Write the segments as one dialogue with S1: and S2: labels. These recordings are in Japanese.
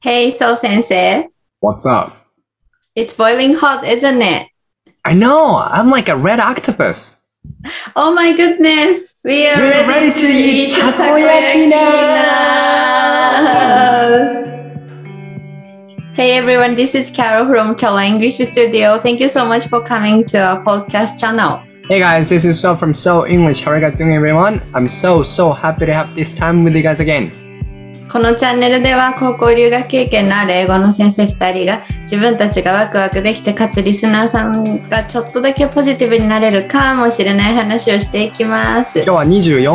S1: Hey, So Sensei.
S2: What's up?
S1: It's boiling hot, isn't it?
S2: I know. I'm like a red octopus.
S1: Oh my goodness. We are
S2: We're
S1: ready,
S2: ready to eat takoyaki
S1: now. Hey everyone, this is Carol from Kyola English Studio. Thank you so much for coming to our podcast channel.
S2: Hey guys, this is So from So English. How are you guys doing, everyone? I'm so so happy to have this time with you guys again.
S1: このチャンネルでは高校留学経験のある英語の先生2人が自分たちがワクワクできてかつリスナーさんがちょっとだけポジティブになれるかもしれない話をしていきます。
S2: 今日は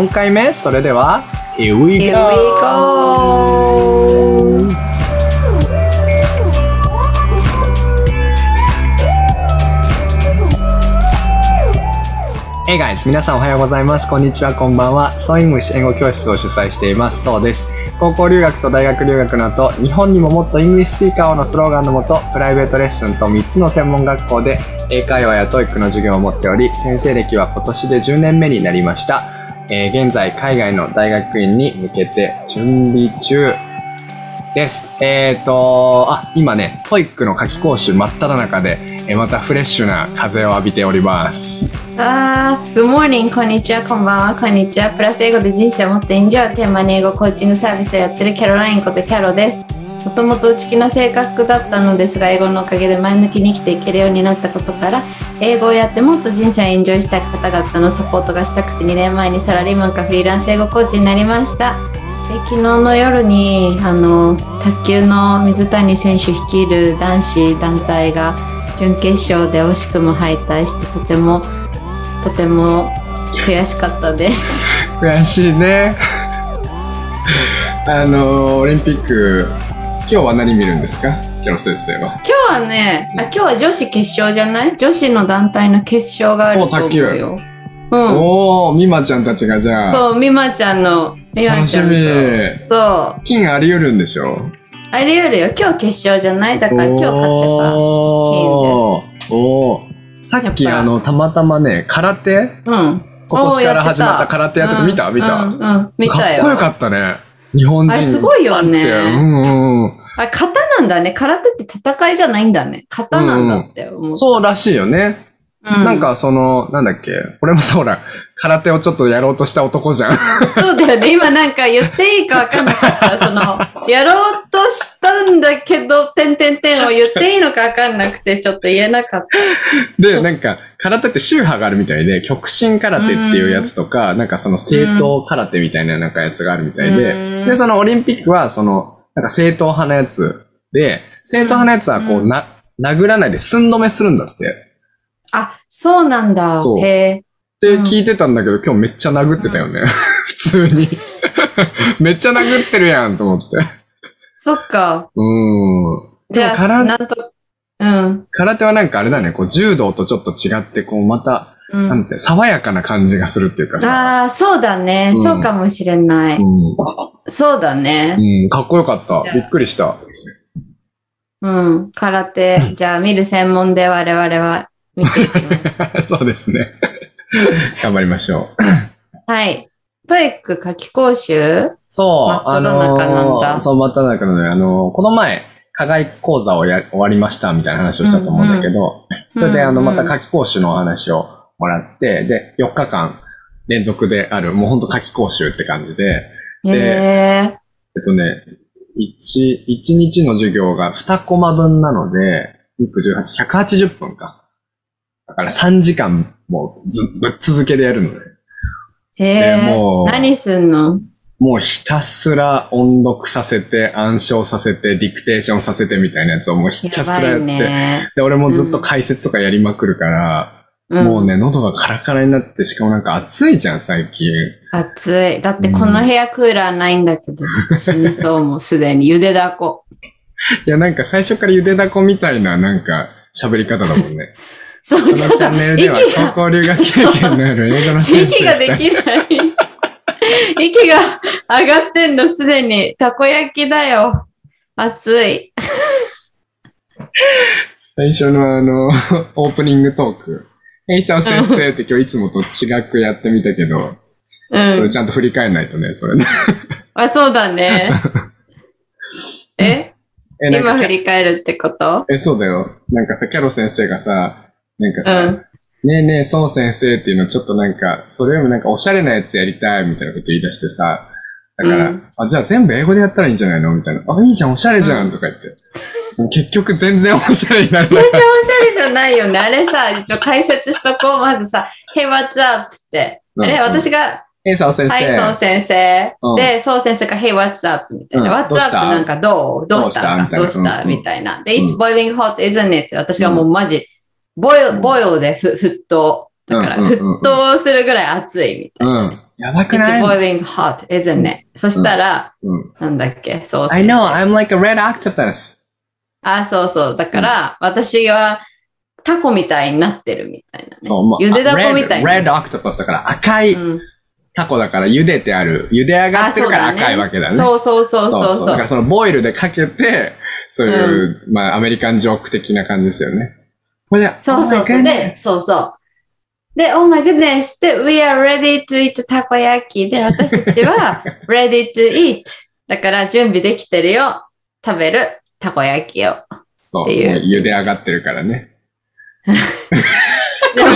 S2: 24回目。それでは Here we
S1: Here we
S2: go.
S1: go!
S2: え guys 皆さんおはようございますこんにちはこんばんは So English 英語教室を主催していますそうです高校留学と大学留学の後日本にももっとイングリッシュスピーカーをのスローガンのもとプライベートレッスンと3つの専門学校で英会話や TOEIC の授業を持っており先生歴は今年で10年目になりました、えー現在海外の大学院に向けて準備中です。えっ、と、あ、今ね、TOEIC の夏期講習真っ只中で、えーまたフレッシュな風を浴びております。
S1: あー Good morning! こんにちは、こんばんは、こんにちは。プラス英語で人生をもっとエンジョイをテーマに英語コーチングサービスをやってるキャロラインことキャロです。もともと内気な性格だったのですが、英語のおかげで前向きに生きていけるようになったことから、英語をやってもっと人生をエンジョイしたい方々のサポートがしたくて2年前にサラリーマンかフリーランス英語コーチになりました。で昨日の夜にあの卓球の水谷選手率いる男子団体が準決勝で惜しくも敗退してとてもとても悔しかったです
S2: 悔しいね。 あのー、オリンピック、今日は何見るんですかキャロ先生は。
S1: 今日はねあ今日は女子決勝じゃない女子の団体の決勝があると思うようん
S2: おー、美馬ちゃんたちがじゃあ、
S1: そう美馬ちゃんの美馬
S2: 楽
S1: ち
S2: し
S1: ゃんと
S2: み。
S1: そう
S2: 金あり得るんでしょ
S1: あり得るよ今日決勝じゃないだから今日勝てば
S2: おーおーさっき
S1: やっぱ
S2: あの、たまたまね、空手
S1: うん
S2: 今年から始まっ
S1: おーやってた
S2: た空手やってた、見た見た、
S1: うんうんうん見たよ
S2: かっこよかったね。日本人。
S1: あれすごいよね
S2: パンってうんうんうん。
S1: あ、型なんだね。空手って戦いじゃないんだね。型なんだって思う。
S2: そうらしいよね。
S1: うん
S2: なん、かその、なんだっけ、俺もさ、ほら、空手をちょっとやろうとした男じゃん。
S1: そうだよね。今なんか言っていいかわかんなかった。その、やろうとしたんだけど、てんてんてんを言っていいのかわかんなくて、ちょっと言えなかった。
S2: で、なんか、空手って宗派があるみたいで、極真空手っていうやつとか、なんかその正統空手みたいななんかやつがあるみたい
S1: うん
S2: で、で、そのオリンピックは、その、なんか正統派のやつで、正統派のやつはこ
S1: う
S2: う、な、殴らないで寸止めするんだって。
S1: あ、そうなんだ。
S2: そう
S1: へえ。
S2: って聞いてたんだけど、今日めっちゃ殴ってたよね。 普通に。 めっちゃ殴ってるやんと思って。
S1: そっか。
S2: うん。
S1: じゃ
S2: でも
S1: あ、
S2: 空
S1: なんと、うん。
S2: 空手はなんかあれだね、こう、柔道とちょっと違って、こう、また、
S1: う
S2: なん
S1: ん、
S2: て、爽やかな感じがするっていうかさ。
S1: ああ、そうだね、
S2: うん
S1: そうかもしれな
S2: う
S1: い。
S2: ん。
S1: そうだね。
S2: うん、かっこよかった
S1: じゃ。あ
S2: びっくりした。
S1: うん。空手、じゃあ見る専門で我々は見ていきます。
S2: そうですね。頑張りましょう。
S1: はい。トイック夏期講習
S2: そ
S1: 真っ
S2: う、
S1: 只
S2: あの
S1: 中なんだ
S2: ー、そう、真っ只中なのよ。あのー、この前、課外講座をや終わりましたみたいな話をしたと思うんだけど、それであの、
S1: うんう
S2: ま
S1: ん
S2: た夏期講習のお話をもらって、で、4日間連続である、もうほんと夏期講習って感じで、
S1: へえ。
S2: えっとね、1、一日の授業が2コマ分なので、18、180分か。だから3時間もうずぶっ続けでやるのね。
S1: へ
S2: で
S1: え。
S2: もう
S1: 何すんの
S2: もうひたすら音読させて、暗唱させて、ディクテーションさせてみたいなやつをもうひ
S1: や
S2: たすら
S1: ば
S2: やっ
S1: い
S2: て。
S1: ね。
S2: で、俺もずっと解説とかやりまくるから、もうね、喉がカラカラになって、しかもなんか暑いじゃん、最近。
S1: うん。暑い。だってこの部屋クーラーないんだけど、死にそうもうすでに。ゆ でだこ。
S2: いや、なんか最初からゆでだこみたいな、なんか喋り方だもんね。
S1: そう、
S2: こ
S1: ちょ
S2: の
S1: っと
S2: チャンネルでは
S1: 息
S2: 高
S1: が、
S2: 校留学経験のある英語の先
S1: 息
S2: 生
S1: が
S2: 2
S1: で
S2: 人
S1: きない。 息が上がってんの、すでに。たこ焼きだよ。暑い。
S2: 最初のあの、 オープニングトーク。エイサー先生って今日いつもと違くやってみたけど、
S1: う
S2: それ
S1: ん。
S2: ちゃ んと振り返んないとね、それね。
S1: あ、そうだね。え
S2: え、なん
S1: 今
S2: か
S1: 振、り返るってこと
S2: え、そうだよ。なんかさ、キャロ先生がさ、なんかさ、
S1: うん
S2: ねえねえ、孫先生っていうのちょっとなんか、それよりもなんかおしゃれなやつやりたいみたいなこと言い出してさ、だから、
S1: うん
S2: あ、じゃあ全部英語でやったらいいんじゃないのみたいな。あ、いいじゃん、おしゃれじゃん、とか言って。もう結局全然おしゃれにならない。
S1: 全然おしゃれじゃないよね。あれさ、一応解説しとこう。まずさ、Hey, what's up? って。あれ、
S2: うん
S1: 私が、
S2: え、さお先生。
S1: はい、そう先生
S2: うん。
S1: で、そう先生が、Hey, what's up? みたいな。
S2: うんど
S1: What's
S2: うした
S1: up? なんか、どうどうした
S2: ど
S1: ど
S2: う
S1: う
S2: した
S1: し
S2: みたいな
S1: た
S2: うん
S1: みたいな。で、
S2: うん
S1: It's boiling hot, isn't it? 私がもうマジ、ボイ
S2: うん
S1: ル、ボイルでふ沸騰。だから、
S2: うんうんうんうん
S1: 沸騰するぐらい熱いみたい
S2: うん。やばく
S1: な。It's
S2: ない
S1: boiling hot, isn't it? そしたら、
S2: うん。
S1: なんだっけ、そう先
S2: I
S1: 生
S2: know, I'm like a red octopus.
S1: あ、そうそう。だから、私はタコみたいになってるみたいなね。
S2: そう、もう。
S1: ゆでだこみたいな。
S2: Red, red octopus だから赤い
S1: うん
S2: タコだから茹でてある。茹で上がってるから赤いわけだね。
S1: そうそうそうそうそ
S2: だから
S1: う。
S2: そのボイルでかけて、そういう、まあアメリカンジョーク的な感じですよね。これで、
S1: そうそう
S2: Oh my
S1: そう。で、
S2: goodness
S1: そうそう。で、Oh my goodness! で、We are ready to eat たこ焼き。で、私たち は ready to eat。だから準備できてるよ。食べるたこ焼きを。
S2: そう
S1: っていう
S2: もう茹で上がってるからね。
S1: でも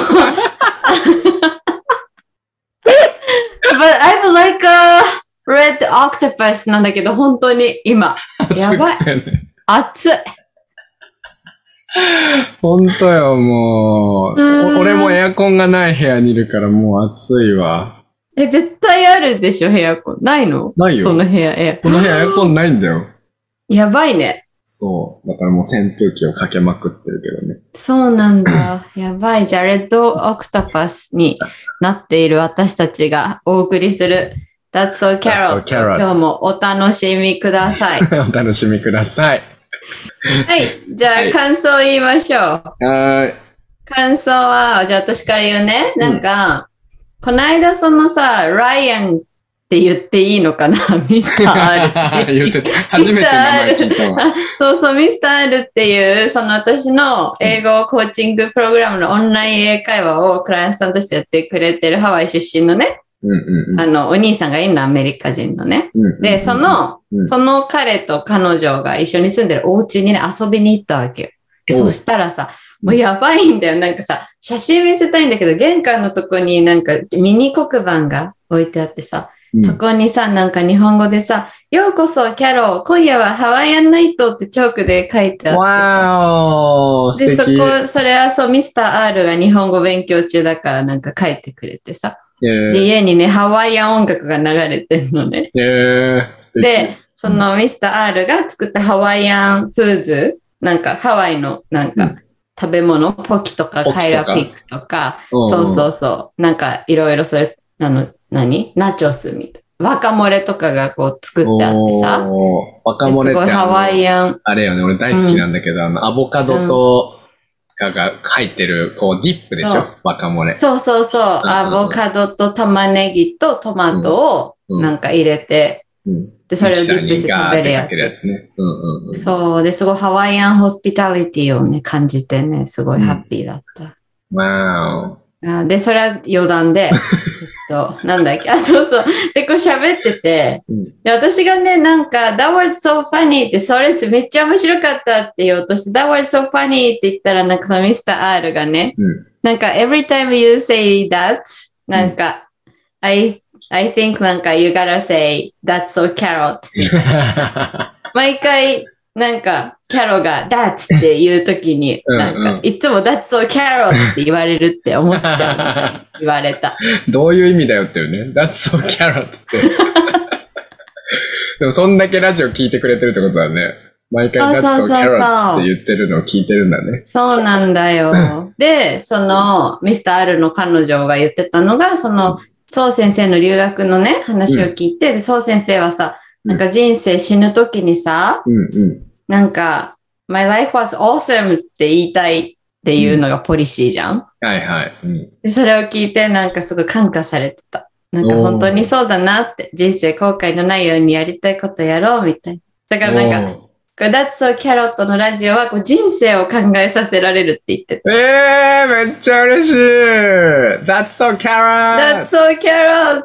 S1: But I'm like a red octopus なんだけど、本当に今。や ばい
S2: 熱くてね。
S1: 熱い。
S2: ほんとよ、もう。
S1: うん
S2: お俺もエアコンがない部屋にいるからもう暑いわ。
S1: え、絶対あるでしょ、部屋コン。ないの
S2: ないよ
S1: その部屋、エア
S2: この部屋エアコンないんだよ。
S1: やばいね。
S2: そう。だからもう扇風機をかけまくってるけどね。
S1: そうなんだ。 やばい。じゃあ、レッドオクタパスになっている私たちがお送りする That's So
S2: That's
S1: Carrot。
S2: So Carrot
S1: 今日もお楽しみくださ い。
S2: お楽しみください。
S1: はい。じゃ
S2: は
S1: あ、
S2: い
S1: 感想言いましょう。
S2: は
S1: 感想は、じゃあ私から言うね。なんか、こないだそのさ、ライアンって言っていいのかな ミスター R
S2: ーい。 言ってた。初めて名前聞いたわ。
S1: そうそう、ミスター L っていう、その私の英語コーチングプログラムのオンライン英会話をクライアントさんとしてやってくれてるハワイ出身のね、
S2: うんうんうん
S1: あの、お兄さんがいるの、アメリカ人のね。
S2: うんうん。
S1: で、その
S2: うん、
S1: その彼と彼女が一緒に住んでるお家にね、遊びに行ったわけよ。で
S2: おう
S1: そしたらさ、もうやばいんだよ。なんかさ、写真見せたいんだけど、玄関のとこになんかミニ黒板が置いてあってさ、
S2: うん、
S1: そこにさ、なんか日本語でさ、ようこそキャロー、今夜はハワイアンナイトってチョークで書いてあってさ。
S2: わーお素
S1: で、そ
S2: 敵。
S1: こ、それはそう、ミスター R が日本語勉強中だからなんか書いてくれてさ。
S2: えー
S1: で、家にね、ハワイアン音楽が流れてるのね。
S2: えー、素敵。
S1: で、そのミスター R が作ったハワイアンフーズ、なんかハワイのなん
S2: う
S1: か
S2: ん
S1: 食べ物、ポキとか
S2: ポキとか
S1: カイラピックとか、
S2: うん
S1: そうそうそう、なんかいろいろそれ、あの、何ナチョスみたいな。若漏れとかがこう作ってあってさ、
S2: おー若
S1: です
S2: 者
S1: ご
S2: っ
S1: い
S2: てあの
S1: ハワイアン、
S2: あれよね、俺大好きなんだけど、あの、アボカドと、かが入ってる、こう、ディップでしょ
S1: そう
S2: 若者れ。
S1: そうそうそう、
S2: うん
S1: アボカドと玉ねぎとトマト
S2: う
S1: を
S2: んうん
S1: なんか入れて、
S2: うん。
S1: で、それをディップして食べるや
S2: ミキサーにガーってかけるや
S1: つ。
S2: つね。うんうんうん。
S1: そう、で、すごいハワイアンホスピタリティをね、感じてね、すごいハッピーだった。
S2: わ
S1: あで、それは余談 で、えっと、なんだっけ、あ、そうそう。で、こう喋ってて、
S2: うん
S1: で、私がね、なんか、That was so funny って、それめっちゃ面白かったって言おうとして、That was so funny って言ったら、なんかその Mr.R がね、
S2: うん
S1: なんか、Every time you say that, なんか、I, I think なんか you gotta say that's so carrot みたいな
S2: ー
S1: 毎回、なんか、キャロが、that's って言うときに、
S2: うん
S1: なん
S2: うん
S1: か、いつも that's so carrot って言われるって思っちゃう。言われた。
S2: どういう意味だよっていうね。That's so carrot って。でも、そんだけラジオ聞いてくれてるってことだね。毎回
S1: そう
S2: That's
S1: そ
S2: so
S1: うそうそう
S2: carrot って言ってるのを聞いてるんだね。
S1: そうなんだ よ。で、その、ミスター R の彼女が言ってたのが、その、そう先生の留学のね、話を聞いて、で、そう先生はさ、なんか人生死ぬ時にさ、
S2: うんうん。
S1: なんか、my life was awesome って言いたいっていうのがポリシーじゃん、
S2: はいはい。うん。
S1: でそれを聞いて、なんかすごい感化されてた。なんか
S2: おー
S1: 本当にそうだなって、人生後悔のないようにやりたいことやろうみたいな。だからなんか、
S2: か。
S1: これ That's So Carrot のラジオはこう人生を考えさせられるって言ってた。
S2: えー、めっちゃ嬉しい !That's so
S1: That's
S2: carrot!
S1: so carrot!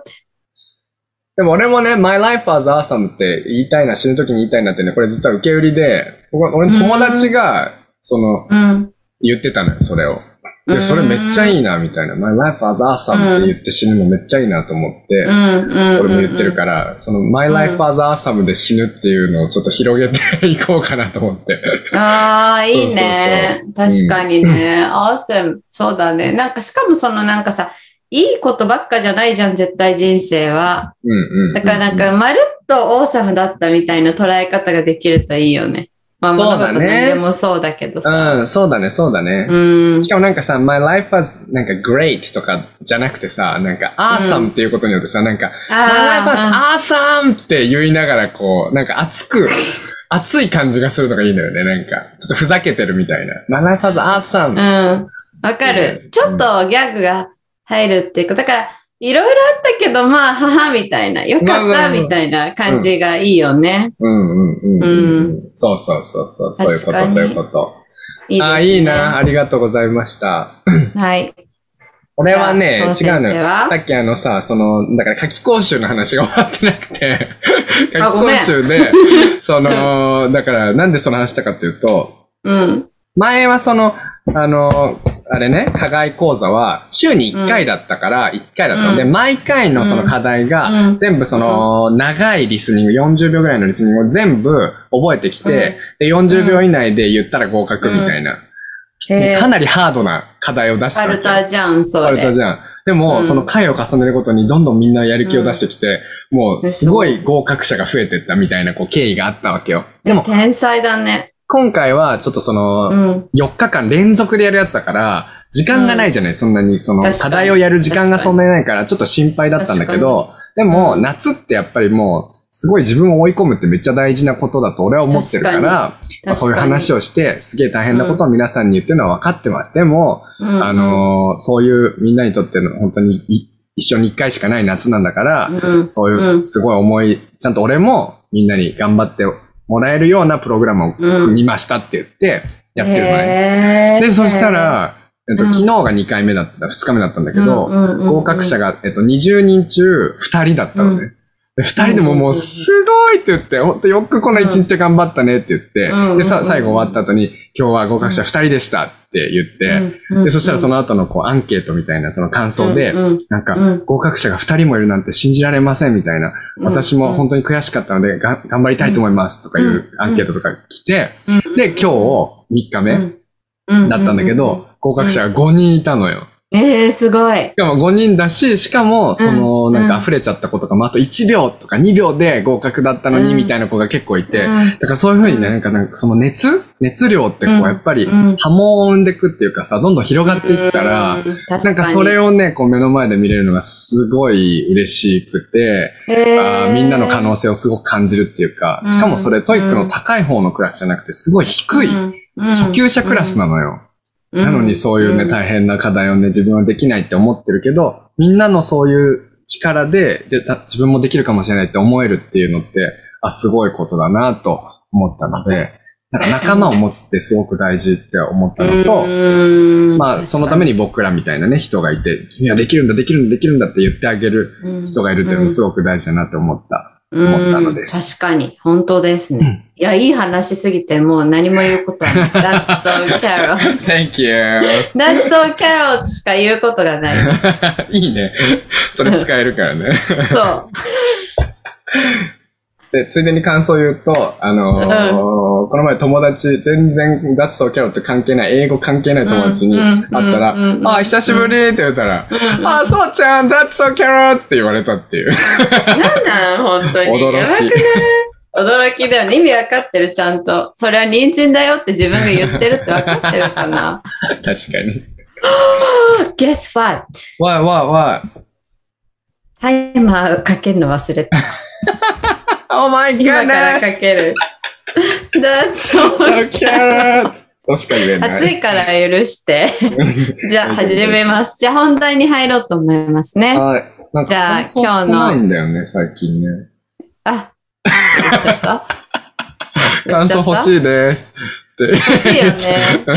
S2: でも俺もね、My Life as Awesome って言いたいな、死ぬ時に言いたいなってね、これ実は受け売りで、僕俺の友達が、その、
S1: うん。
S2: 言ってたのよ、それを。いうや、
S1: ん
S2: それめっちゃいいな、みたいな。My Life as Awesome って言って死ぬのめっちゃいいなと思って、
S1: うん。うん。
S2: 俺も言ってるから、その My Life as Awesome で死ぬっていうのをちょっと広げていこうかなと思って。
S1: ああ、いいね。
S2: そうそ
S1: 確
S2: う
S1: かにね。awesome。そうだね。なんか、しかもそのなんかさ、いいことばっかじゃないじゃん、絶対人生は。
S2: うんうんうん。
S1: だからなん、か、まるっとオーサムだったみたいな捉え方ができるといいよね。まあ、
S2: そう
S1: 物
S2: だね
S1: 事何でもそうだけどさ。
S2: うん、そうだね、そうだね。
S1: うん。
S2: しかもなんかさ、My Life as なんか Great とかじゃなくてさ、なんか Awesome っていうことによってさ、なんか
S1: あ
S2: My Life as Awesome って言いながらこう、なんか熱く、 熱い感じがするのがいいんだよね、なんか。ちょっとふざけてるみたいな。My Life as Awesome!
S1: あ、うん。わかる。ちょっとギャグが入るっていうか、だから、いろいろあったけど、まあ、母みたいな、よかっ
S2: まあまあ
S1: た
S2: まあ
S1: みたいな感じがいいよね。
S2: うんうんうんうん
S1: う
S2: うん。そうそうそうそう、そういうこ
S1: 確か
S2: と、
S1: に
S2: そういうこと。
S1: いいですね。
S2: あ、いいな。ありがとうございました。
S1: はい。
S2: 俺はね、違
S1: じゃあ
S2: うの
S1: そう先生
S2: よ。
S1: は
S2: さっきあのさ、その、だから夏期講習の話が終わってなくて、夏
S1: あ
S2: 期
S1: ごめ
S2: 講
S1: ん
S2: 習で、その、だからなんでその話したかっていうと、
S1: うん。
S2: 前はその、あの、あれね、課外講座は週に1回だったから、1回だったんで、
S1: うん
S2: 毎回のその課題が、
S1: うん
S2: 全部その、長いリスニング、40秒ぐらいのリスニングを全部覚えてきて、で、40秒以内で言ったら合格みたいな、
S1: えー
S2: かなりハードな課題を出し
S1: ス
S2: た
S1: パ
S2: わけ
S1: ルタじゃん、
S2: スパ
S1: そ
S2: ルタ
S1: れ。
S2: じゃん。でも、
S1: うん
S2: その回を重ねることにどんどんみんなやる気を出してきて、もう
S1: え
S2: すごい合格者が増えてったみたいなこう経緯があったわけよ。でも、
S1: 天才だね。
S2: 今回はちょっとその、
S1: うん。
S2: 4日間連続でやるやつだから、時間がないじゃない、そんなに、その、
S1: 確か
S2: 課
S1: に
S2: 題をやる時間がそんなにないから、ちょっと心配だったんだけど、でも、
S1: うん
S2: 夏ってやっぱりもう、すごい自分を追い込むってめっちゃ大事なことだと俺は思ってるから、
S1: 確かに
S2: まあそういう話
S1: を、
S2: をして、すげえ大変なことを皆さんに言ってるのは分かってます。でも、
S1: うん
S2: あ、のーそういうみんなにとっての本当にい一生に一回しかない夏なんだから、
S1: うん
S2: そう
S1: う
S2: いうんすごい思い、ちゃんと俺もみんなに頑張ってもらえるようなプログラムを
S1: うん
S2: 組みましたって言ってやってるのね。
S1: へー
S2: で、そした、ら、えっと、
S1: うん
S2: 昨日が2回目だった、2日目だったんだけど、合格者
S1: が、
S2: が、えっと、20人中2人だったのね。
S1: う
S2: で2人でももう、すごいって言って、ほんとよくこの1日で頑張ったねって言って、
S1: うん
S2: で、
S1: う
S2: さ、
S1: ん
S2: 最後終わった後に、今日は合格者2人でしたって言って、で、そしたらそ
S1: の
S2: の後のこうアンケートみたいなその感想で、なんか
S1: うん
S2: 合格者が2人もいるなんて信じられませんみたいな、私も本当に悔しかったのでが頑張りたいと思いますとかいう
S1: うん
S2: アンケートとか来て、
S1: 当
S2: で、今日3日目だったんだけ、
S1: うんうんうん
S2: ど、合格者が5人いたのよ。
S1: えー、すごい。
S2: しかも5人だし、しかもその
S1: うん
S2: なんか溢れちゃった子とかもあと1秒とか2秒で合格だったのにみたいな子が結構いて、
S1: うん
S2: だからそういうふうにね、なんか、なんかその熱熱量ってこ
S1: う
S2: うんやっぱり
S1: うん
S2: 波紋を生んでくっていうかさ、どんどん広がっていくから、
S1: うん、
S2: なんかそれ
S1: を、
S2: をね、こう目の前で見れるのがすごい嬉しくて、
S1: へ
S2: あ
S1: ー
S2: ーみんなの可能性をすごく感じるっていうか、しかもそれトイックの高い方のクラスじゃなくて、すごい低い、初級者クラスなのよ。
S1: うん
S2: なのにそういうね、
S1: ん
S2: 大変な課題をね、自分はできないって思ってるけど、みんなのそういう力で、で、あ自分もできるかもしれないって思えるっていうのって、あ、すごいことだなと思ったので、なんか仲間を持つってすごく大事って思ったのと、
S1: うん
S2: まあ、そのために僕らみたいなね、人がいて、君はできるんだ、できるんだ、できるんだって言ってあげる人がいるっていうのもすごく大事だなって思った。思ったのです
S1: うん確かに、本当ですね。いや、いい話すぎて、もう何も言うことはない。That's so Carol.
S2: Thank you!
S1: That's so Carol しか言うことがない。
S2: いいね。それ使えるからね。
S1: そう。
S2: で、ついでに感想を言うと、あのーこの前友達、全然脱走キャロって関係ない、英語関係ない友達に
S1: うん
S2: 会ったら、
S1: うんうんうん
S2: あ、久しぶりって言ったら、あ、そうちゃん、脱走キャロって言われたっていう。
S1: なんなん、本当に。
S2: 驚き
S1: やばくない驚きだよね。意味わかってる、ちゃんと。それは人参だよって自分が言ってるってわかってるかな。
S2: 確かに。
S1: Guess what?
S2: わあわあわ
S1: タイマーかけるの忘れた。
S2: あ。Oh my
S1: 今からか
S2: goodness!
S1: ける。That's so
S2: So cute! 確かにね。
S1: 暑いから許 して。じゃあ
S2: 大丈夫
S1: 始めます。じゃあ本題に入ろうと思いますね。
S2: はい。なんか
S1: じゃあ
S2: 乾燥してないんだよね、最近ね。
S1: あ、言っちゃった。
S2: 感想欲
S1: い。
S2: しいです。
S1: 欲しいよね。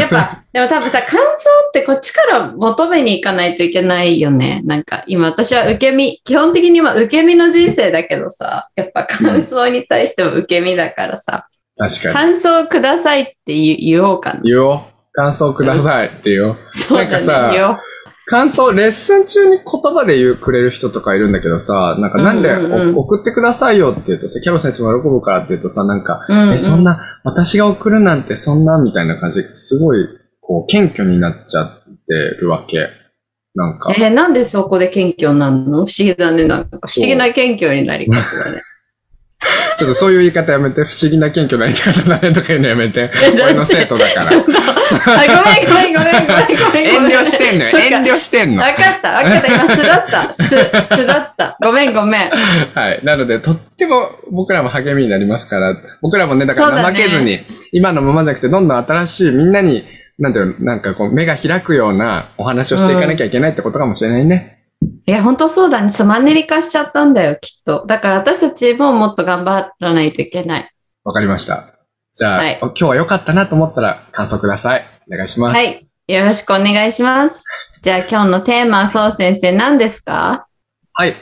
S1: やっぱ、でも多分さ、感想ってこっちから求めに行かないといけないよね。なんか今私は受け身、基本的には受け身の人生だけどさ、やっぱ感想に対しても受け身だからさ、
S2: 確かに。
S1: 感想くださいって言言おうかな。
S2: 言おう。感想くださいって言おう。
S1: そう
S2: なんかさ
S1: だね言おう
S2: 感想、レッスン中に言葉で言うくれる人とかいるんだけどさ、なんかなんで
S1: うんうんうん
S2: お送ってくださいよって言うとさ、キャロ先生も喜ぶからって言うとさ、なんか、
S1: うんうん
S2: え、そんな、私が送るなんてそんな、みたいな感じですごい、こう、謙虚になっちゃってるわけ。なんか、
S1: えーなんでそこで謙虚なの不思議だね。なんか不思議な謙虚になり方だ ね。
S2: ちょっとそういう言い方やめて、不思議な謙虚な言い方だねとか言うのやめて。
S1: えだって
S2: 俺の生 徒だか
S1: そ
S2: ら。
S1: んなあごめんごめんごめんごめんごめん
S2: 遠
S1: ごめん。
S2: 慮してんのよ。
S1: そうか
S2: 遠慮してんの。
S1: わかったわかった。今素だった。素、素だった。ごめんごめん。
S2: はい。なので、とっても僕らも励みになりますから、僕らもね、だか
S1: そう
S2: ら
S1: だ
S2: 怠
S1: ね
S2: けずに、今のままじゃなくて、どんどん新しい、みんなに、なんていうの、なんかこう、目が開くようなお話をしていかなきゃいけないってことかもしれないね。
S1: いや、本当そうだね。ちょっとマンネリ化しちゃったんだよ、きっと。だから私たちももっと頑張らないといけない。
S2: わ、かりました。じゃあ、
S1: はい
S2: お今日は良かったなと思ったら、感想ください。お願いします。
S1: はい。よろしくお願いします。じゃあ今日のテーマはそう先生何ですか
S2: はい。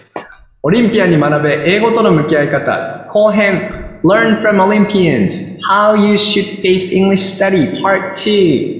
S2: オリンピアに学べ英語との向き合い方後編 Learn from Olympians How You Should Face English Study Part 2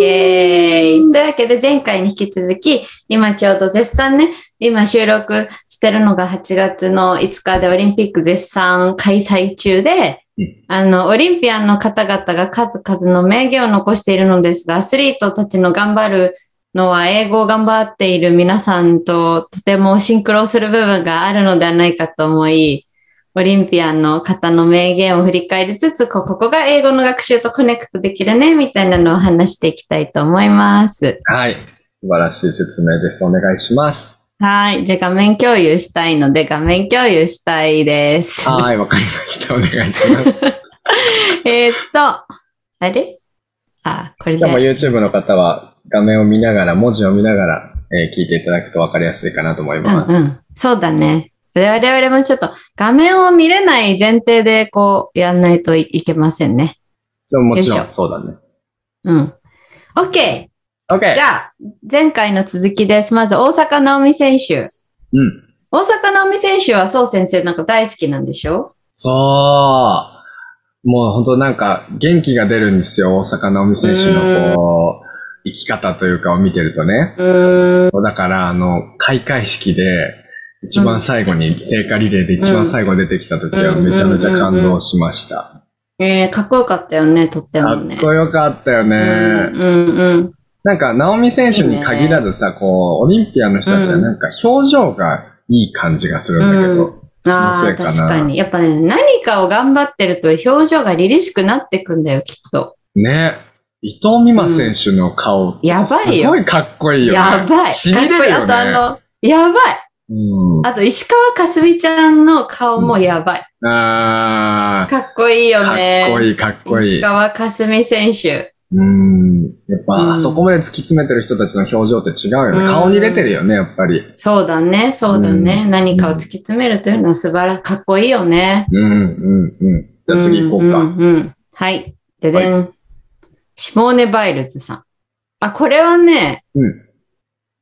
S1: イエーイ。というわけで前回に引き続き、今ちょうど絶賛ね、今収録してるのが8月の5日でオリンピック絶賛開催中で
S2: うん、
S1: あの、オリンピアンの方々が数々の名言を残しているのですが、アスリートたちの頑張るのは英語を頑張っている皆さんととてもシンクロする部分があるのではないかと思い、オリンピアンの方の名言を振り返りつつ、こうここが英語の学習とコネクトできるね、みたいなのを話していきたいと思います。
S2: はい。素晴らしい説明です。お願いします。
S1: はい。じゃあ画面共有したいので、画面共有したいです。
S2: はい、わかりました。お願いします。
S1: えーっと、あれあ、これ
S2: 今日も
S1: で。
S2: YouTube の方は画面を見ながら、文字を見ながら、えー聞いていただくとわかりやすいかなと思い
S1: うん
S2: ます。
S1: うん。そうだね。で我々もちょっと画面を見れない前提でこうやんないといいけませんね。
S2: でももちろ
S1: よい
S2: ん、そうだね。
S1: うん。OK!
S2: OK!
S1: じゃあ、前回の続きです。まず、大坂なおみ選手。
S2: うん。
S1: 大坂なおみ選手は、そう先生なんか大好きなんでしょ
S2: そう。もう本当なんか元気が出るんですよ。大阪直美選手
S1: うん
S2: のこう、生き方というかを見てるとね。
S1: うん。
S2: だからあの、開会式で、一番最後に、聖火リレーで一番最後出てきた時は
S1: うん
S2: めちゃめちゃ感動しました。
S1: えー、かっこよかったよね、とって
S2: か
S1: も
S2: っ
S1: ね。
S2: こよかった
S1: う
S2: よね。
S1: んうんうん。
S2: なんか、ナオミ選手に限らずさ、こう、オリンピアンの人たちはなんか表情がいい感じがするんだけど、
S1: あ
S2: のせ
S1: あ、
S2: いかな
S1: 確かに。やっぱね、何かを頑張ってると表情が凛々しくなってくんだよ、きっと。
S2: ね。伊藤美誠選手の顔、
S1: やばいよ
S2: すごいかっこいいよね。
S1: やばい。
S2: しびれるよね
S1: かっこいいあとあの、やばい。
S2: うん。
S1: あと、石川かすみちゃんの顔もやばい。
S2: あ
S1: かっこいいよ
S2: ー、か
S1: ね。
S2: っこいい、かっこい
S1: 石
S2: い。
S1: 川かすみ選手。
S2: うん。やっ
S1: うん
S2: ぱ、あそこまで突き詰めてる人たちの表情って違うよ
S1: うん
S2: ね。顔に出てるよね、やっぱり。
S1: そうだね、そうだね。何かを突き詰めるというのは素晴らしい。かっこいいよね。
S2: うん、うん、うん。じゃあ次行こうか。
S1: んうんうんはい。ででん。シモーネ・バイルズさん。あ、これはね、
S2: うん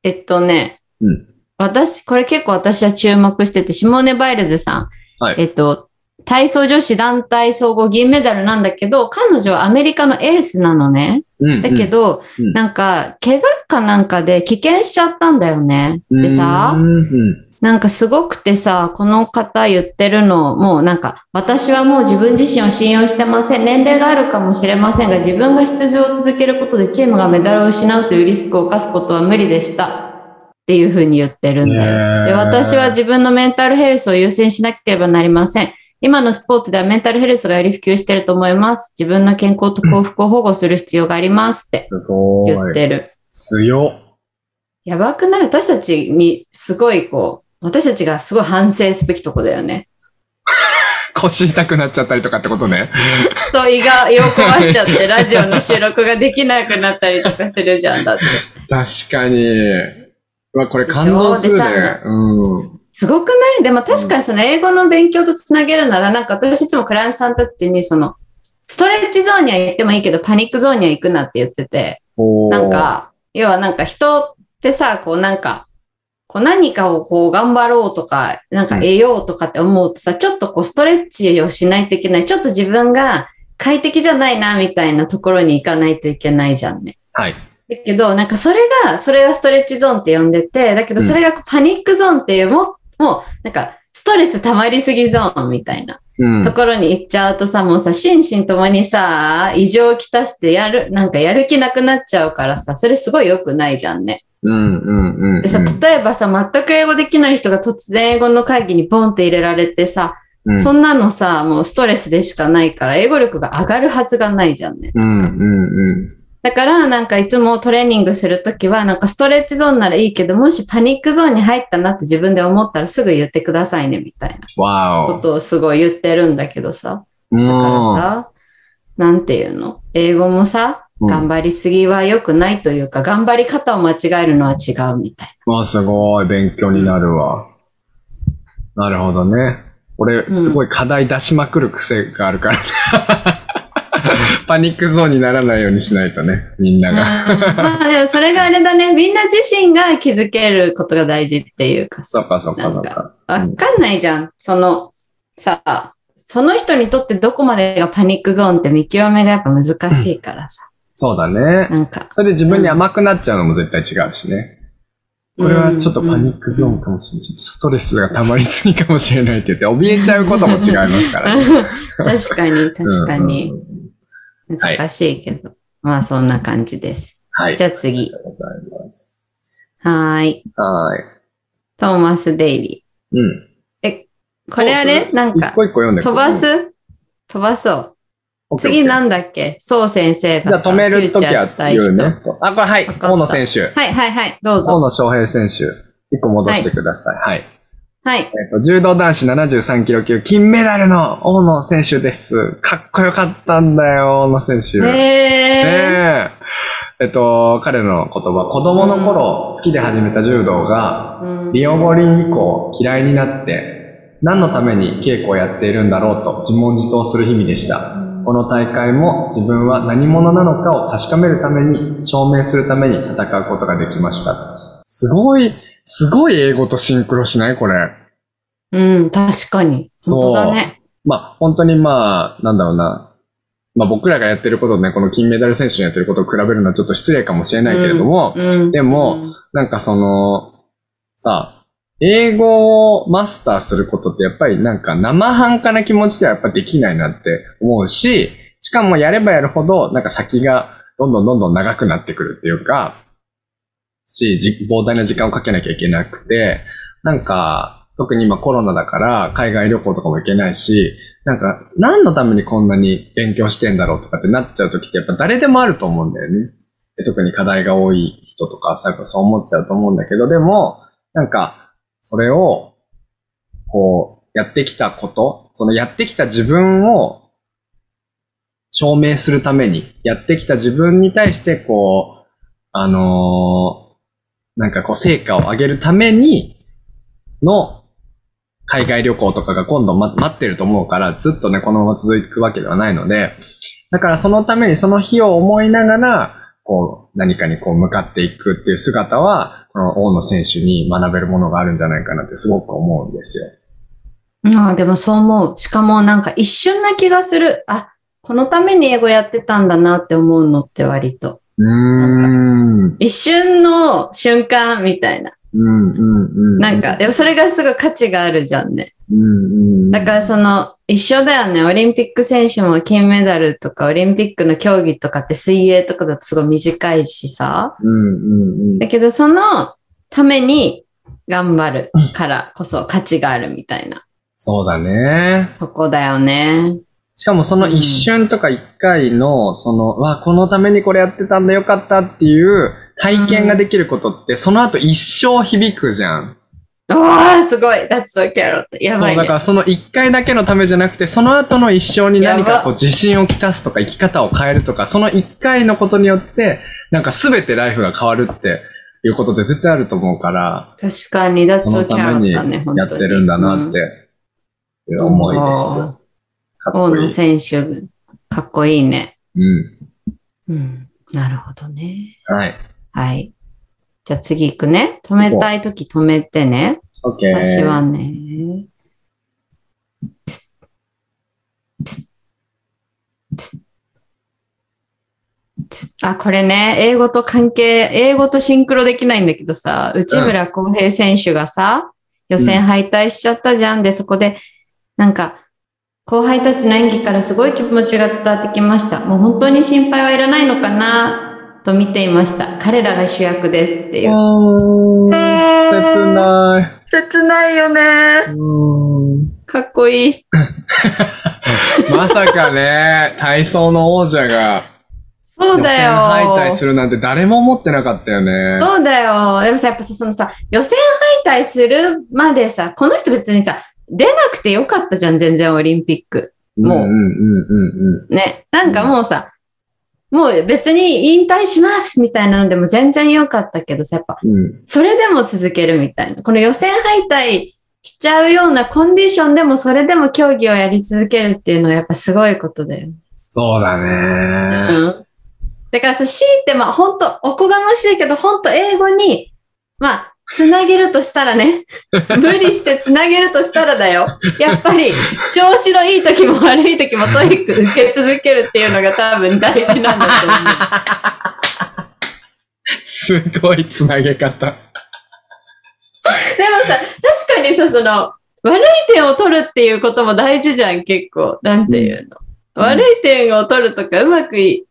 S1: えっとね、
S2: うん
S1: 私、これ結構私は注目してて、シモーネ・バイルズさん。
S2: はい
S1: えっと、体操女子団体総合銀メダルなんだけど、彼女はアメリカのエースなのね。
S2: うん。
S1: だけど、
S2: うんうん
S1: なんか、怪我かなんかで棄権しちゃったんだよね。
S2: うん、
S1: でさ、
S2: うん、うん。
S1: なんかすごくてさ、この方言ってるの、もうなんか、私はもう自分自身を信用してません。年齢があるかもしれませんが、自分が出場を続けることでチームがメダルを失うというリスクを冒すことは無理でした。っていうふうに言ってるんだよ。
S2: ねえ
S1: で私は自分のメンタルヘルスを優先しなければなりません。今のスポーツではメンタルヘルスがより普及してると思います。自分の健康と幸福を保護する必要がありますって
S2: すご
S1: 言っ
S2: い。
S1: てる。
S2: 強っ。
S1: やばくない私たちにすごいこう、私たちがすごい反省すべきとこだよね。
S2: 腰痛くなっちゃったりとかってことね。
S1: ちょっと胃が胃を壊しちゃって、ラジオの収録ができなくなったりとかするじゃん。だって。
S2: 確かに。うわ、これ感動する
S1: でしょで
S2: ね。うん。
S1: すごくないでも確かにその英語の勉強とつなげるなら、なんか私いつもクライアントさんたちにその、ストレッチゾーンには行ってもいいけど、パニックゾーンには行くなって言ってて、
S2: おー
S1: なん、か、要はなんか人ってさ、こうなんか、こう何かをこう頑張ろうとか、なんか
S2: うん
S1: 得ようとかって思うとさ、ちょっとこうストレッチをしないといけない。ちょっと自分が快適じゃないな、みたいなところに行かないといけないじゃんね。
S2: はい。
S1: だけど、なんかそれが、それがストレッチゾーンって呼んでて、だけどそれがこうパニックゾーンっていう、もう、もうなんかストレス溜まりすぎゾーンみたいな。
S2: うん。
S1: ところに行っちゃうとさ、もうさ、心身ともにさ、異常をきたしてやる、なんかやる気なくなっちゃうからさ、それすごい良くないじゃんね。
S2: うん、うん、うん。
S1: でさ、例えばさ、全く英語できない人が突然英語の会議にボンって入れられてさ、
S2: うん、
S1: そんなのさ、もうストレスでしかないから、英語力が上がるはずがないじゃんね。
S2: うん、うん、
S1: だから、なんかいつもトレーニングするときは、なんかストレッチゾーンならいいけど、もしパニックゾーンに入ったなって自分で思ったらすぐ言ってくださいね、みたいな
S2: うん。わ
S1: こ
S2: お。
S1: とをすごい言ってるんだけどさ。だから
S2: も
S1: さ、なんていうの英語もさ、
S2: うん、
S1: 頑張りすぎは良くないというか、頑張り方を間違えるのは違うみたいう
S2: わあ、すごい。勉強になるわ。なるほどね。俺、
S1: うん
S2: すごい課題出しまくる癖があるから。 パニックゾーンにならないようにしないとね、みんな
S1: な。
S2: が。
S1: まあでもそれがあれだね、みんな自身が気づけることが大事っていうかさ、
S2: そっかそっかそっ
S1: なん
S2: か。
S1: わかんないじゃん。その、さ、その人にとってどこまでがパニックゾーンって見極めがやっぱ難しいからさ、
S2: そうだね。
S1: なんか。
S2: それで自分に甘くなっちゃうのも絶対違うしね。これはちょっとパニックゾーンかもしれない。ちょっとストレスが溜まりすぎかもしれないって言って、怯えちゃうことも違いますからね。
S1: うん確かに、確かに
S2: う。んうんうん。はい
S1: 難しいけど。まあそんな感じです。
S2: はい。
S1: じ
S2: ゃ
S1: ゃあ次。
S2: ありがとうございます。
S1: はーい。
S2: はーい。
S1: トーマス・デイリ
S2: うん。
S1: ー。これあ
S2: どうす
S1: れ
S2: る
S1: なんか
S2: 一、個一個読んでく
S1: 飛ばす飛ばそう。
S2: うん
S1: 次
S2: OK
S1: なんだっけそう先生
S2: OK じゃ
S1: が
S2: あ
S1: さ
S2: 止めるとき
S1: フューチャー
S2: は
S1: したい
S2: 言う
S1: 人
S2: ね。あ、これはい。
S1: わかった
S2: 大野選手。
S1: はいはいはい。どう
S2: 大
S1: ぞ。
S2: 野翔平選手。一個戻してください。はい。
S1: はい。
S2: えっと、柔道男子73キロ級金メダルの大野選手です。かっこよかったんだよ、大野選手。
S1: へー。
S2: ねえ。えっと、彼の言葉、子供の頃好きで始めた柔道が、
S1: うん
S2: リオ五輪以降嫌いになって、何のために稽古をやっているんだろうと自問自答する日々でした。この大会も自分は何者なのかを確かめるために、証明するために戦うことができました。すごい、すごい英語とシンクロしないこれ。
S1: うん、確かに。
S2: そう
S1: 本当だね。
S2: まあ、本当にまあ、なんだろうな。まあ僕らがやってることとね、この金メダル選手のやってることを比べるのはちょっと失礼かもしれないけれども、
S1: うん
S2: でも、なんかその、さ、英語をマスターすることってやっぱりなんか生半可な気持ちではやっぱできないなって思うし、しかもやればやるほどなんか先がどんどんどんどん長くなってくるっていうか、し、じ膨大な時間をかけなきゃいけなくて、なんか、特に今コロナだから海外旅行とかも行けないし、なんか何のためにこんなに勉強してんだろうとかってなっちゃう時ってやっぱ誰でもあると思うんだよね。で特に課題が多い人とか、最後そう思っちゃうと思うんだけど、でも、なんか、それを、こう、やってきたこと、そのやってきた自分を証明するために、やってきた自分に対して、こう、あのーなんかこう、成果を上げるためにの、海外旅行とかが今度ま待ってると思うから、ずっとね、このまま続くわけではないので、だからそのためにその日を思いながら、こう、何かにこう向かっていくっていう姿は、この大野選手に学べるものがあるんじゃないかなってすごく思うんですよ。
S1: うん、うんでもそう思う。しかもなんか一瞬な気がする。あ、このために英語やってたんだなって思うのって割と。
S2: うーん。うん、
S1: 一瞬の瞬間みたいな。
S2: うん、うん。
S1: なんか、でもそれがすごい価値があるじゃんね。
S2: うん、うん。
S1: だからその一緒だよね。オリンピック選手も金メダルとかオリンピックの競技とかって水泳とかだとすごい短いしさ。
S2: うん、うん、うん。
S1: だけどそのために頑張るからこそ価値があるみたいな
S2: そうだね。
S1: とこだよね。
S2: しかもその一瞬とか一回の、その、わ、このためにこれやってたんだよかったっていう体験ができることって、その後一生響くじゃん。
S1: おーすごい !That's so carrot! やば
S2: そう、
S1: い
S2: だか
S1: ね。
S2: らその一回だけのためじゃなくて、その後の一生に何
S1: や
S2: か
S1: ば
S2: こう自信をきたすとか生き方を変えるとか、その一回のことによって、なんか全てライフが変わるっていうことって絶対あると思うから、
S1: 確かに That's
S2: その
S1: so
S2: ため
S1: carrot
S2: に
S1: だね、本当
S2: や
S1: に。
S2: ってるんだなっていう思いです。
S1: うん
S2: かっ
S1: 大
S2: こい
S1: 野
S2: い。
S1: 選手、かっこいいね。
S2: う
S1: うん。なるほどね。
S2: ん。はい。
S1: はい。じゃあ次行くね。止めたいとき止めてね。
S2: OK。
S1: 私はね。あ、これね、英語と関係、英語とシンクロできないんだけどさ、内村航平選手がさ、予選敗退しちゃったじゃんで、そこで、なんか、後輩たちの演技からすごい気持ちが伝わってきました。もう本当に心配はいらないのかなと見ていました。彼らが主役ですっていう。
S2: うーん切ない。
S1: 切ないよね。
S2: うーん
S1: かっこいい。
S2: まさ かね、体操の王者が
S1: そうだよ。
S2: 敗退するなんて誰も思ってなかったよね。
S1: そうだよ。でもさ、やっぱさ、そのさ、予選敗退するまでさ、この人別にさ、出なくてよかったじゃん、全然オリンピック。もう
S2: うんうんうんうん
S1: ね。なんかもうさ、もう別に引退しますみたいなのでも全然よかったけどさ、やっぱ、
S2: うん。うん
S1: それでも続けるみたいな。この予選敗退しちゃうようなコンディションでも、それでも競技をやり続けるっていうのはやっぱすごいことだよ。
S2: そうだね。
S1: うんだからさ、C ってまあ本当おこがましいけど、本当英語に、まあ、つなげるとしたらね、無理してつなげるとしたらだよ。やっぱり、調子のいい時も悪い時もトイック受け続けるっていうのが多分大事なんだと思う。
S2: すごいつなげ方。
S1: でもさ、確かにさ、その、悪い点を取るっていうことも大事じゃん、結構。なんていうの。
S2: うん
S1: 悪い点を取るとか、うまくいい。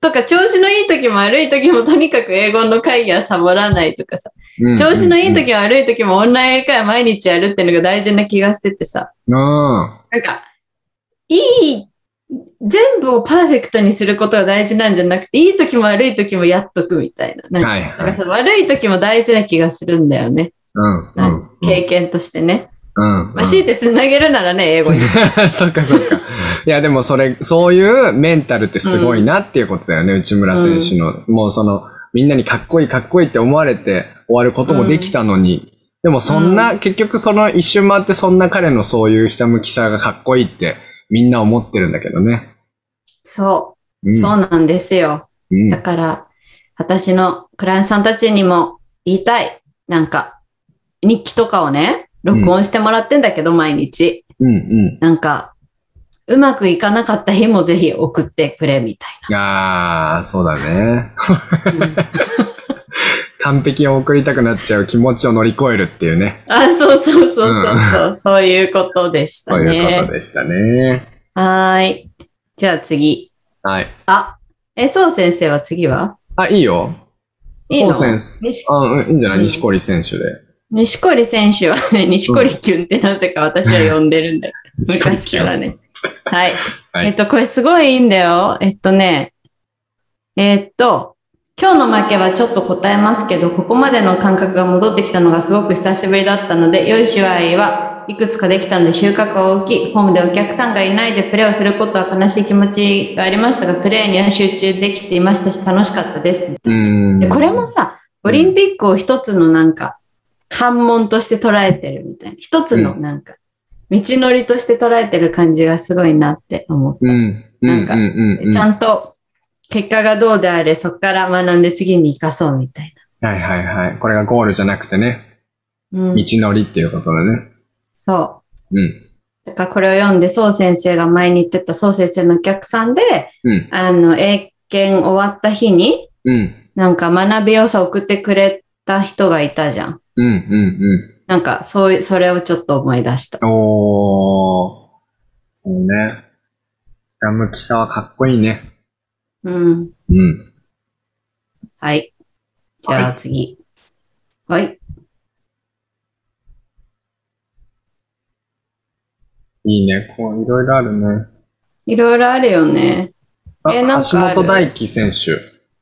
S1: とか、調子のいい時も悪い時も、とにかく英語の会議はサボらないとかさ、調子のいい時も悪い時もオンライン英会話毎日やるっていうのが大事な気がしててさ、
S2: うん。うん。
S1: なんか、いい、全部をパーフェクトにすることが大事なんじゃなくて、いい時も悪い時もやっとくみたいな。なんか
S2: はい
S1: なん
S2: は
S1: か
S2: い。
S1: さ、悪い時も大事な気がするんだよね。
S2: うん。う
S1: なんん。経験としてね。
S2: うん。
S1: まあ、強いてつなげるならね、英語に。
S2: そっかそっか。いやでもそれ、そういうメンタルってすごいなっていうことだよね、内村選手の。もうその、みんなにかっこいいかっこいいって思われて終わることもできたのに、でもそんな、結局その一瞬回ってそんな彼のそういうひたむきさがかっこいいってみんな思ってるんだけどね。
S1: そうう、
S2: ん。
S1: そうなんですよ。
S2: うん
S1: だから、私のクライアントさんたちにも言いたい。なんか、日記とかをね、録音してもらってんだけど、毎日。
S2: うん
S1: なんか、うまくいかなかった日もぜひ送ってくれ、みたい
S2: うん。ああ、そうだね。
S1: な。
S2: 完璧を送りたくなっちゃう気持ちを乗り越えるっていうね。
S1: あ、そうそうそうそうそう、そういうことでした
S2: そう
S1: ね。
S2: いうことでしたね。
S1: はーい。じゃあ次。
S2: はい。
S1: あ、え、そう先生は次は
S2: あ、いいよ。
S1: いいの
S2: そう先生
S1: 西
S2: あ、うん、いいんじゃない
S1: うん
S2: 錦織選手で。
S1: 西織選手はね、西織キュンってなぜか私は呼んでるんだよ。
S2: 錦織
S1: 昔からね。はい。
S2: はい
S1: えっと、これすごいいいんだよ。えっとね、えっと、今日の負けはちょっと答えますけど、ここまでの感覚が戻ってきたのがすごく久しぶりだったので、良い試合はいくつかできたので収穫は大きい。ホームでお客さんがいないでプレーをすることは悲しい気持ちがありましたが、プレーには集中できていましたし、楽しかったです。
S2: うーん。
S1: でこれもさ、オリンピックを一つのなんか、関門として捉えてるみたいな。一つのなんか、道のりとして捉えてる感じがすごいなって思って。
S2: うん、うん、
S1: なんか
S2: うん、うんうん。
S1: ちゃ
S2: は
S1: んと、結果がどうであれ、そこから学んで次に生かそうみたい
S2: いはいはい。これがゴールじゃなくてね、
S1: な。う
S2: 道
S1: ん。
S2: のりっていうことだね。
S1: そ
S2: うん。
S1: う。だからこれを読んで、そう先生が前に言ってたそう先生のお客さんで、
S2: うん。
S1: あの、英検終わった日に、
S2: うん。
S1: なんか学びよさ送ってくれた人がいたじゃん。
S2: うん、うん、
S1: なんか、そういう、それをちょっと思い出した
S2: うん。。おー。そうね。ガムキさはかっこいいね。
S1: うん。
S2: うん。
S1: はい。じゃ
S2: は
S1: あ次。はい。
S2: いいね。こう、いろいろあるね。
S1: いろいろあるよね。
S2: あ、
S1: えなん
S2: 橋
S1: かある
S2: 本大輝選手。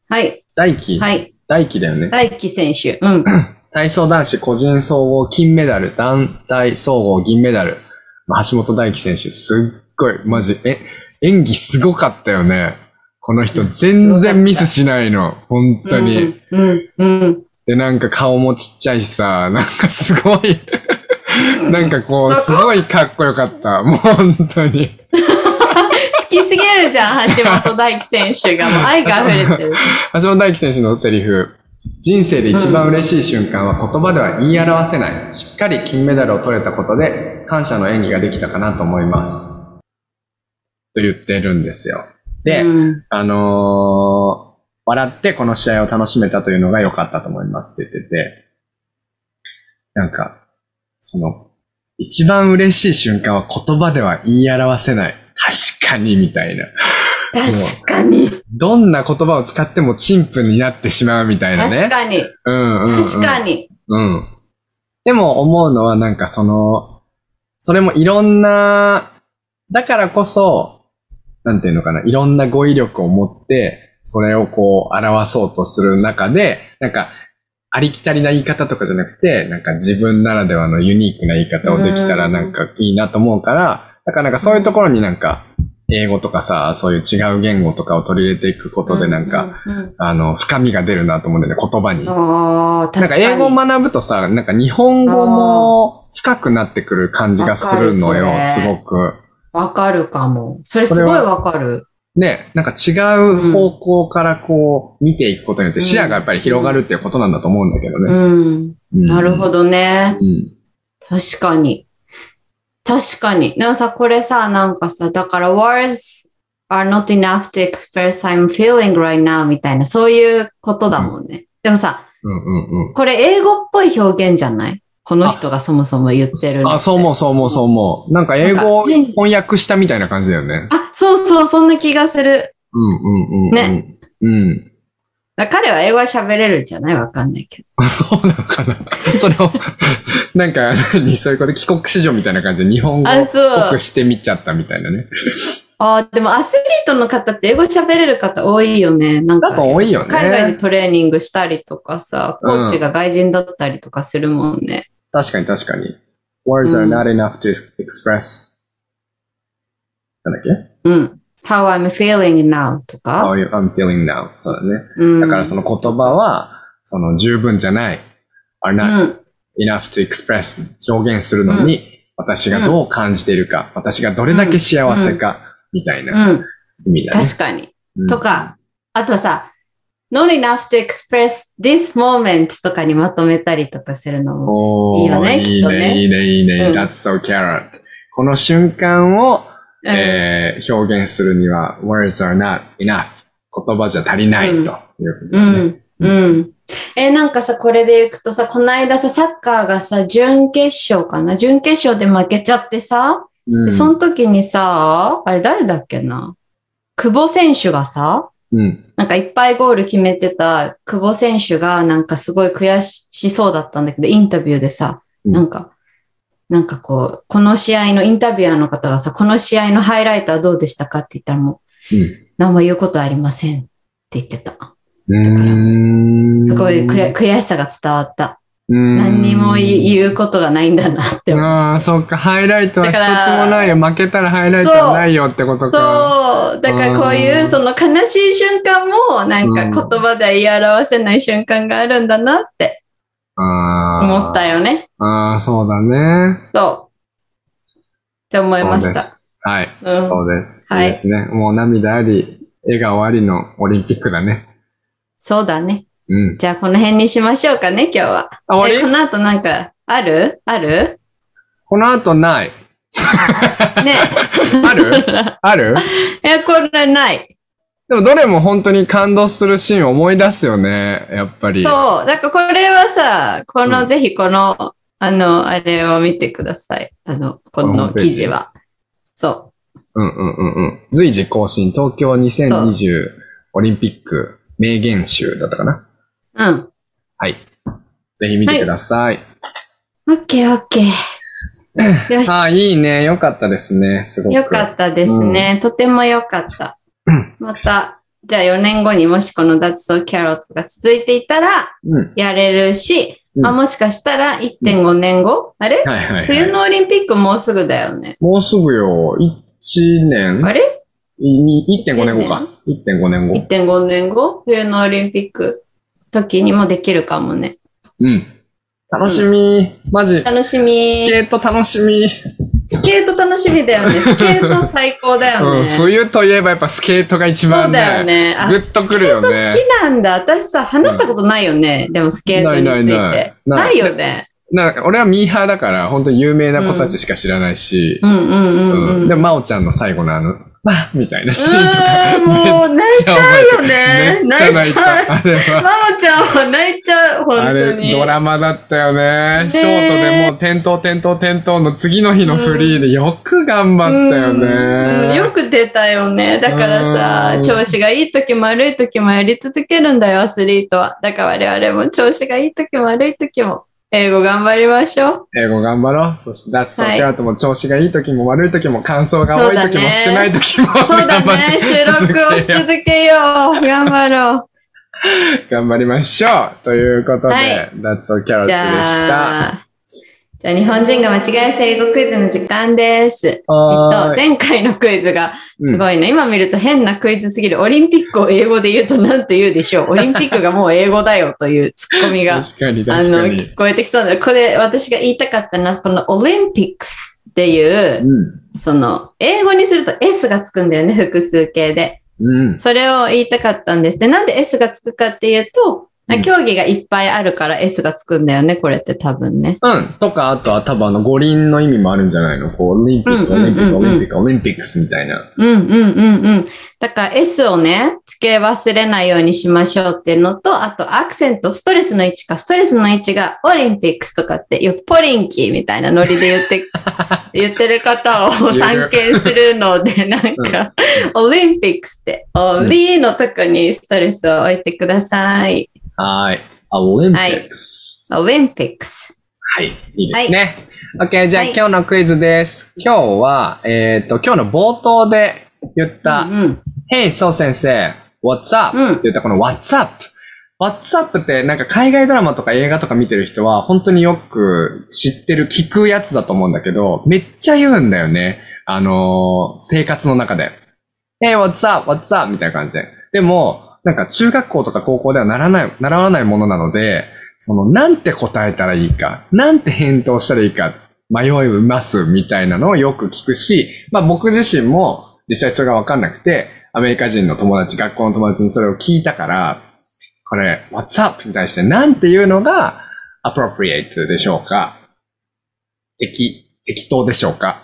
S1: はい。
S2: 大輝、
S1: はい。
S2: 大輝だよね。
S1: 大輝選手。うん。
S2: 体操男子個人総合金メダル、団体総合銀メダル。まあ橋本大輝選手、すっごい、マジ、え、演技すごかったよね。この人、全然ミスしないの。本当に。
S1: うん。うん。うん。
S2: で、なんか顔もちっちゃいしさ、なんかすごい、 なんかこう、
S1: そ
S2: すごいかっこよかった。もう本当に。
S1: 好きすぎるじゃん、橋本大輝選手が。もう愛が溢れてる。
S2: 橋本大輝選手のセリフ、人生で一番嬉しい瞬間は言葉では言い表せない。しっかり金メダルを取れたことで、感謝の演技ができたかなと思います。と言ってるんですよ。で、
S3: うん
S2: あのー笑ってこの試合を楽しめたというのが良かったと思いますって言ってて、なんか、その、一番嬉しい瞬間は言葉では言い表せない。確かに、みたいな。
S1: 確かに。
S2: どんな言葉を使っても陳腐になってしまうみたいなね。
S1: 確かに。
S2: うんうん、うん。
S1: 確かに。
S2: うん。でも思うのはなんかその、それもいろんな、だからこそ、なんていうのかな、いろんな語彙力を持って、それをこう表そうとする中で、なんか、ありきたりな言い方とかじゃなくて、なんか自分ならではのユニークな言い方をできたら
S3: うん
S2: なんかいいなと思うから、だからなんかそういうところになんか、英語とかさ、そういう違う言語とかを取り入れていくことでなんか、
S3: うんうん
S2: あの、深みが出るなと思うんだよね、言葉に。
S3: うんああ、
S2: なん
S3: 確
S2: か
S3: かに。
S2: 英語を学ぶとさ、なんか日本語も深くなってくる感じがするの
S3: わか
S2: よ、
S3: るそ
S2: す
S3: れ
S2: ごく。
S3: わかるかも。それすごいわかる。
S2: ね、なんか違う方向からこう見ていくことによって視野がやっぱり広がるっていうことなんだと思うんだけど
S3: う
S2: ね。
S3: ん。なるほど
S2: ど。
S3: ね。
S2: うん。
S3: 確かに。
S1: 確かに。なんかさ、これさ、なんかさ、だから words are not enough to express I'm feeling right now みたいな、そういうことだもんね。でもさ、
S2: うんうんうん。
S1: これ英語っぽい表現じゃないこの人がそもそも言ってるの
S2: あ、そう思うそう思うそう思う。なんか英語を翻訳したみたいな感じだよね。
S1: あ、そうそう、そんな気がする。
S2: うんうんうんうん。
S1: ね。
S2: うん。
S1: だから彼は英語は喋れるんじゃないわかんないけど。
S2: そうなのかな。それを、なんか、何そういうこと、帰国子女みたいな感じで日本語っ
S1: あ、
S2: ぽ
S1: そ
S2: く
S1: う。
S2: してみちゃったみたいなね。
S1: あ、でもアスリートの方って英語喋れる方多いよね。なんか
S2: 多、分多いよね。
S1: 海外でトレーニングしたりとかさ、コーチが外人だったりとかするもんね。
S2: 確かに確かに。words are
S1: うん
S2: not enough to express. なんだっけ
S1: うん。How I'm feeling now と
S2: ?how
S1: か。
S2: you- I'm feeling now. そうだね。
S1: うん。
S2: だからその言葉は、その十分じゃない。are
S1: う
S2: not
S1: ん。。
S2: enough to express. 表現するのに、私がどう感じているか、私がどれだけ幸せか、みたいうなん意味だね。
S1: 確かに。
S2: うん
S1: とか。、あとさ、not enough to express this moment とかにまとめたりとかするのも。
S2: おー
S1: いいよね
S2: い
S1: きっ
S2: い
S1: とね
S2: ね、いいね、いいね。
S1: うん
S2: That's so carrot. この瞬間を、
S1: うん
S2: えー表現するには、words are not enough. 言葉じゃ足りないと
S1: う
S2: い
S1: ん
S2: うこと
S1: う
S2: だね、
S1: ん。うん。えーなんかさ、これでいくとさ、この間さ、サッカーがさ、準決勝かな準決勝で負けちゃってさ、
S2: う
S1: で
S2: ん。
S1: その時にさ、あれ誰だっけな久保選手がさ、
S2: うん。
S1: なんかいっぱいゴール決めてた久保選手がなんかすごい悔しそうだったんだけど、インタビューでさ、
S2: うん
S1: なんか、なんかこう、この試合のインタビュアーの方がさ、この試合のハイライトはどうでしたかって言ったらも
S2: うん
S1: う、何も言うことはありませんって言ってた。
S2: うーん。
S1: すごいくれ悔しさが伝わった。
S2: うん
S1: 何にも言う言うことがないんだなって思う。
S2: ああ、そっか。ハイライトは一つも
S1: だから
S2: ないよ。負けたらハイライトはないよってことか。
S1: そう。だからこういうう、
S2: ん
S1: その悲しい瞬間も、なんか言葉では言い表せない瞬間があるんだなって
S2: ああ。
S1: 思ったよね。
S2: ああ、そうだね。
S1: そう。って思いま
S2: そう
S1: し
S2: で
S1: た。
S2: す。はい。
S1: うん
S2: そうです。
S1: はい
S2: いいですね。もう涙あり、笑顔ありのオリンピックだね。
S1: そうだね。
S2: うん。
S1: じゃあこの辺にしましょうかね、今日は。
S2: あ、終
S1: え、
S2: わ
S1: こ
S2: り
S1: の後なんか、あるある
S2: この後ない。
S1: ね
S2: あるある
S1: え、これない。
S2: でもどれも本当に感動するシーンを思い出すよね。やっぱり。
S1: そう。だからこれはさ、この、
S2: うん
S1: ぜひこの、あの、あれを見てください。あの、こ
S2: このホー
S1: の
S2: ムページ
S1: 記事は。そう。
S2: うんうんうんうん。随時更新、東京2020オリンピック名言集だったかな。
S1: うん。
S2: はい。ぜひ見てください。
S1: オッケーオッケー。よし。
S2: ああ、いいね。よかったですね。すごく。
S1: よかったですね。とてもよかった
S2: うん。
S1: また、じゃあ4年後にもしこの脱走キャロットが続いていたら、
S2: うん。
S1: やれるし、
S2: うん
S1: まあ、もしかしたら1.5年後、あれ
S2: はいはい、は
S1: 冬
S2: い。
S1: のオリンピックもうすぐだよね。
S2: もうすぐよ。1年
S1: あれ
S2: い1.5年後か。1.5年後。
S1: ?1.5 年後冬のオリンピック時にもできるかもね。
S2: うん。楽しみ。マジ。
S1: 楽し
S2: ス
S1: み。
S2: ケート楽しみ。
S1: スケート楽しみだよね。スケート最高だよ
S2: うん、
S1: ね。
S2: 冬といえばやっぱスケートが一
S1: そ
S2: 番
S1: う
S2: ね
S1: だよね。あ、
S2: グッとくるよね
S1: スケート好きなんだ。私さ、話したことないよね。でもスケートについて。
S2: ないないないない
S1: ないよね。
S2: なんか俺はミーハーだから本当に有名な子たちしか知らないし、
S1: うんうんうん
S2: う
S1: うんん。
S2: で、真央ちゃんの最後のあの、わっみたいなシーンとか。
S1: うーんもう泣いちゃうよね。
S2: めっちゃ泣
S1: 泣
S2: い
S1: いちゃう
S2: た。。あれ
S1: マ
S2: は。
S1: マちゃんは泣いちゃう、本
S2: あ
S1: 当
S2: れ、
S1: に。
S2: ドラマだったよね。
S1: ね
S2: ショートでもう、点灯点灯点灯の次の日のフリーでよく頑張ったよ
S1: うんうん
S2: ね。
S1: よく出たよね。だから
S2: う
S1: さ、
S2: ん
S1: 調子がいい時も悪い時もやり続けるんだよ、アスリートは。だから我々も調子がいい時も悪い時も、英語頑張りましょう。
S2: 英語頑張ろう。そして、ダッツと
S1: はい
S2: テラトも調子がいい時も悪い時も、感想が多い時も
S1: そうだね
S2: 少ない時も、
S1: そうだ
S2: 頑張
S1: ね。
S2: って
S1: 収録をし
S2: 続
S1: 続けよう。頑張ろ
S2: けよう頑張りましょう。ということ
S1: は
S2: で
S1: い、
S2: ダッツとキャロ
S1: う。
S2: ット
S1: じ
S2: でした。
S1: ゃあ、じゃあ日本人が間違え性英語クイズの時間です。えっ
S2: は
S1: と、
S2: ーい
S1: 前回のクイズが
S2: うん
S1: すごいね。今見ると変なクイズすぎる。オリンピックを英語で言うと何と言うで しょう。オリンピックがもう英語だよというツッコミが。
S2: 確かに
S1: あ
S2: 確
S1: の、
S2: かに
S1: 聞。こえてきそうなの。これ、私が言いたかったのは、このオリンピックスっていう、
S2: うん。
S1: その、英語にすると S がつくんだよね、複数形で。
S2: うん。
S1: それを言いたかったんです。で、なんで S がつくかっていうと、
S2: うん
S1: 競技がいっぱいあるから S がつくんだよね、これって多分ね。
S2: うん。とか、あとは多分あの五輪の意味もあるんじゃないのこう、オリンピック、オリンピック、オ
S1: うんうんうんうん
S2: リンピック、オリンピックスみたいな。
S1: うんうんうんうん。だから S をね、つけ忘れないようにしましょうっていうのと、あとアクセント、ストレスの位置か、ストレスの位置がオリンピックスとかって、よくポリンキーみたいなノリで言 って、言ってる方を参見するので、なんか、オリンピックスって、オリーのとこにストレスを置いてください。
S2: はい。あ、オリンピックス。
S1: オリンピックス。
S2: はい。いいですね。OK、じゃあ、
S1: はい
S2: 今日のクイズです。今日は、えっ、と、今日の冒頭で言った、
S1: うんうん、
S2: Hey, そう先生、What's up?、
S1: うん
S2: って言ったこの What's up? What's up ってなんか海外ドラマとか映画とか見てる人は本当によく知ってる聞くやつだと思うんだけど、めっちゃ言うんだよね。あのー生活の中で。Hey, what's up? What's up? みたいな感じで。でも、なんか中学校とか高校ではならない、習わないものなので、その、なんて答えたらいいか、なんて返答したらいいか、迷いますみたいなのをよく聞くし、まあ僕自身も実際それがわかんなくて、アメリカ人の友達、学校の友達にそれを聞いたから、これ、what's up? に対してなんていうのが appropriate でしょうか適、適当でしょうか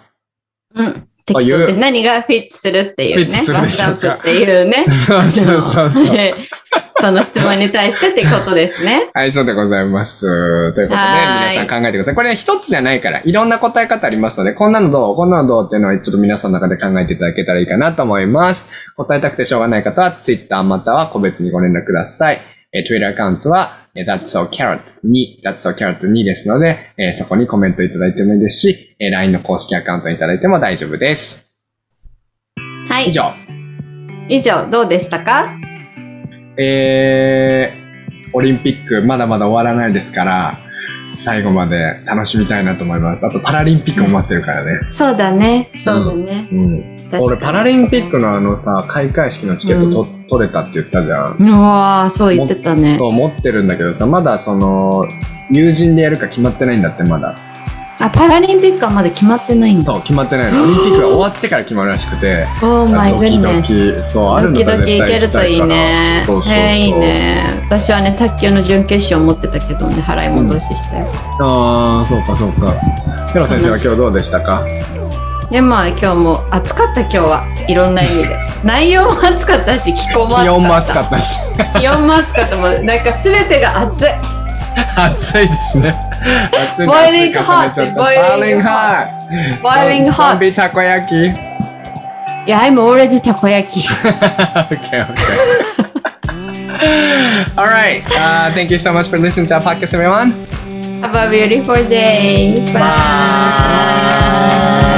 S1: うん。適当って何がフィットするっていうね。
S2: フィットするでしょうか
S1: What's up っていうね。
S2: そうそうそうそう。
S1: その質問に対してってことですね。
S2: はい、そうでございます。ということで、
S1: はー
S2: 皆
S1: い
S2: さん考えてください。これは一つじゃないから、いろんな答え方ありますので、こんなのどうこんなのどうっていうのは、ちょっと皆さんの中で考えていただけたらいいかなと思います。答えたくてしょうがない方は、Twitter または個別にご連絡ください。えー Twitter アカウントは、えー That's So Carrot 2、That's So Carrot 2ですので、えーそこにコメントいただいてもいいですし、えー LINE の公式アカウントにいただいても大丈夫です。
S1: はい。
S2: 以上。
S1: 以上、どうでしたか
S2: えー、オリンピックまだまだ終わらないですから、最後まで楽しみたいなと思います。あとパラリンピックも待ってるからね。
S1: そうだね。そうだね。
S2: うん。
S1: 確かに
S2: 俺パラリンピックのあのさ、開会式のチケットと、取れたって言ったじゃん。
S1: うわーそう言ってたね。
S2: そう持ってるんだけどさ、まだその、友人でやるか決まってないんだってまだ。
S1: あ、パラリンピックはまだ決まってないんだ。
S2: そう、決まってないの。オリンピックが終わってから決まるらし くて、
S1: オーマイ
S2: ド
S1: グ
S2: キ
S1: リ
S2: ド
S1: ネ
S2: キ
S1: ス。、
S2: そう、ある
S1: ド
S2: の
S1: キ
S2: が
S1: ドキ
S2: 絶対
S1: いけ
S2: 行
S1: る
S2: きた
S1: とい
S2: い
S1: い
S2: から。
S1: ね。
S2: そうそうそう。
S1: えーいいね。私はね、卓球の準決勝持ってたけどね、払い戻ししたよ。
S2: ああ、そうかそうか。ペロ先生は今日どうでしたか
S1: で、まあ今日も暑かった今日は。いろんな意 味で。内容も暑かったし、気候も暑かった。
S2: 気温も暑かったし。
S1: 気温も暑かったもん。なんか全てが暑い。
S2: 暑いですね。暑いの
S1: Boiling
S2: 暑い重ねちゃった
S1: hot, boiling
S2: Boiling hot!
S1: Boiling
S2: ゾン
S1: hot.
S2: ビたこ焼き ?OK,
S1: Yeah, I'm already たこ焼き。
S2: OK. Alright, uh, thank you so much for listening to our podcast, everyone.
S1: Have a beautiful day. Bye.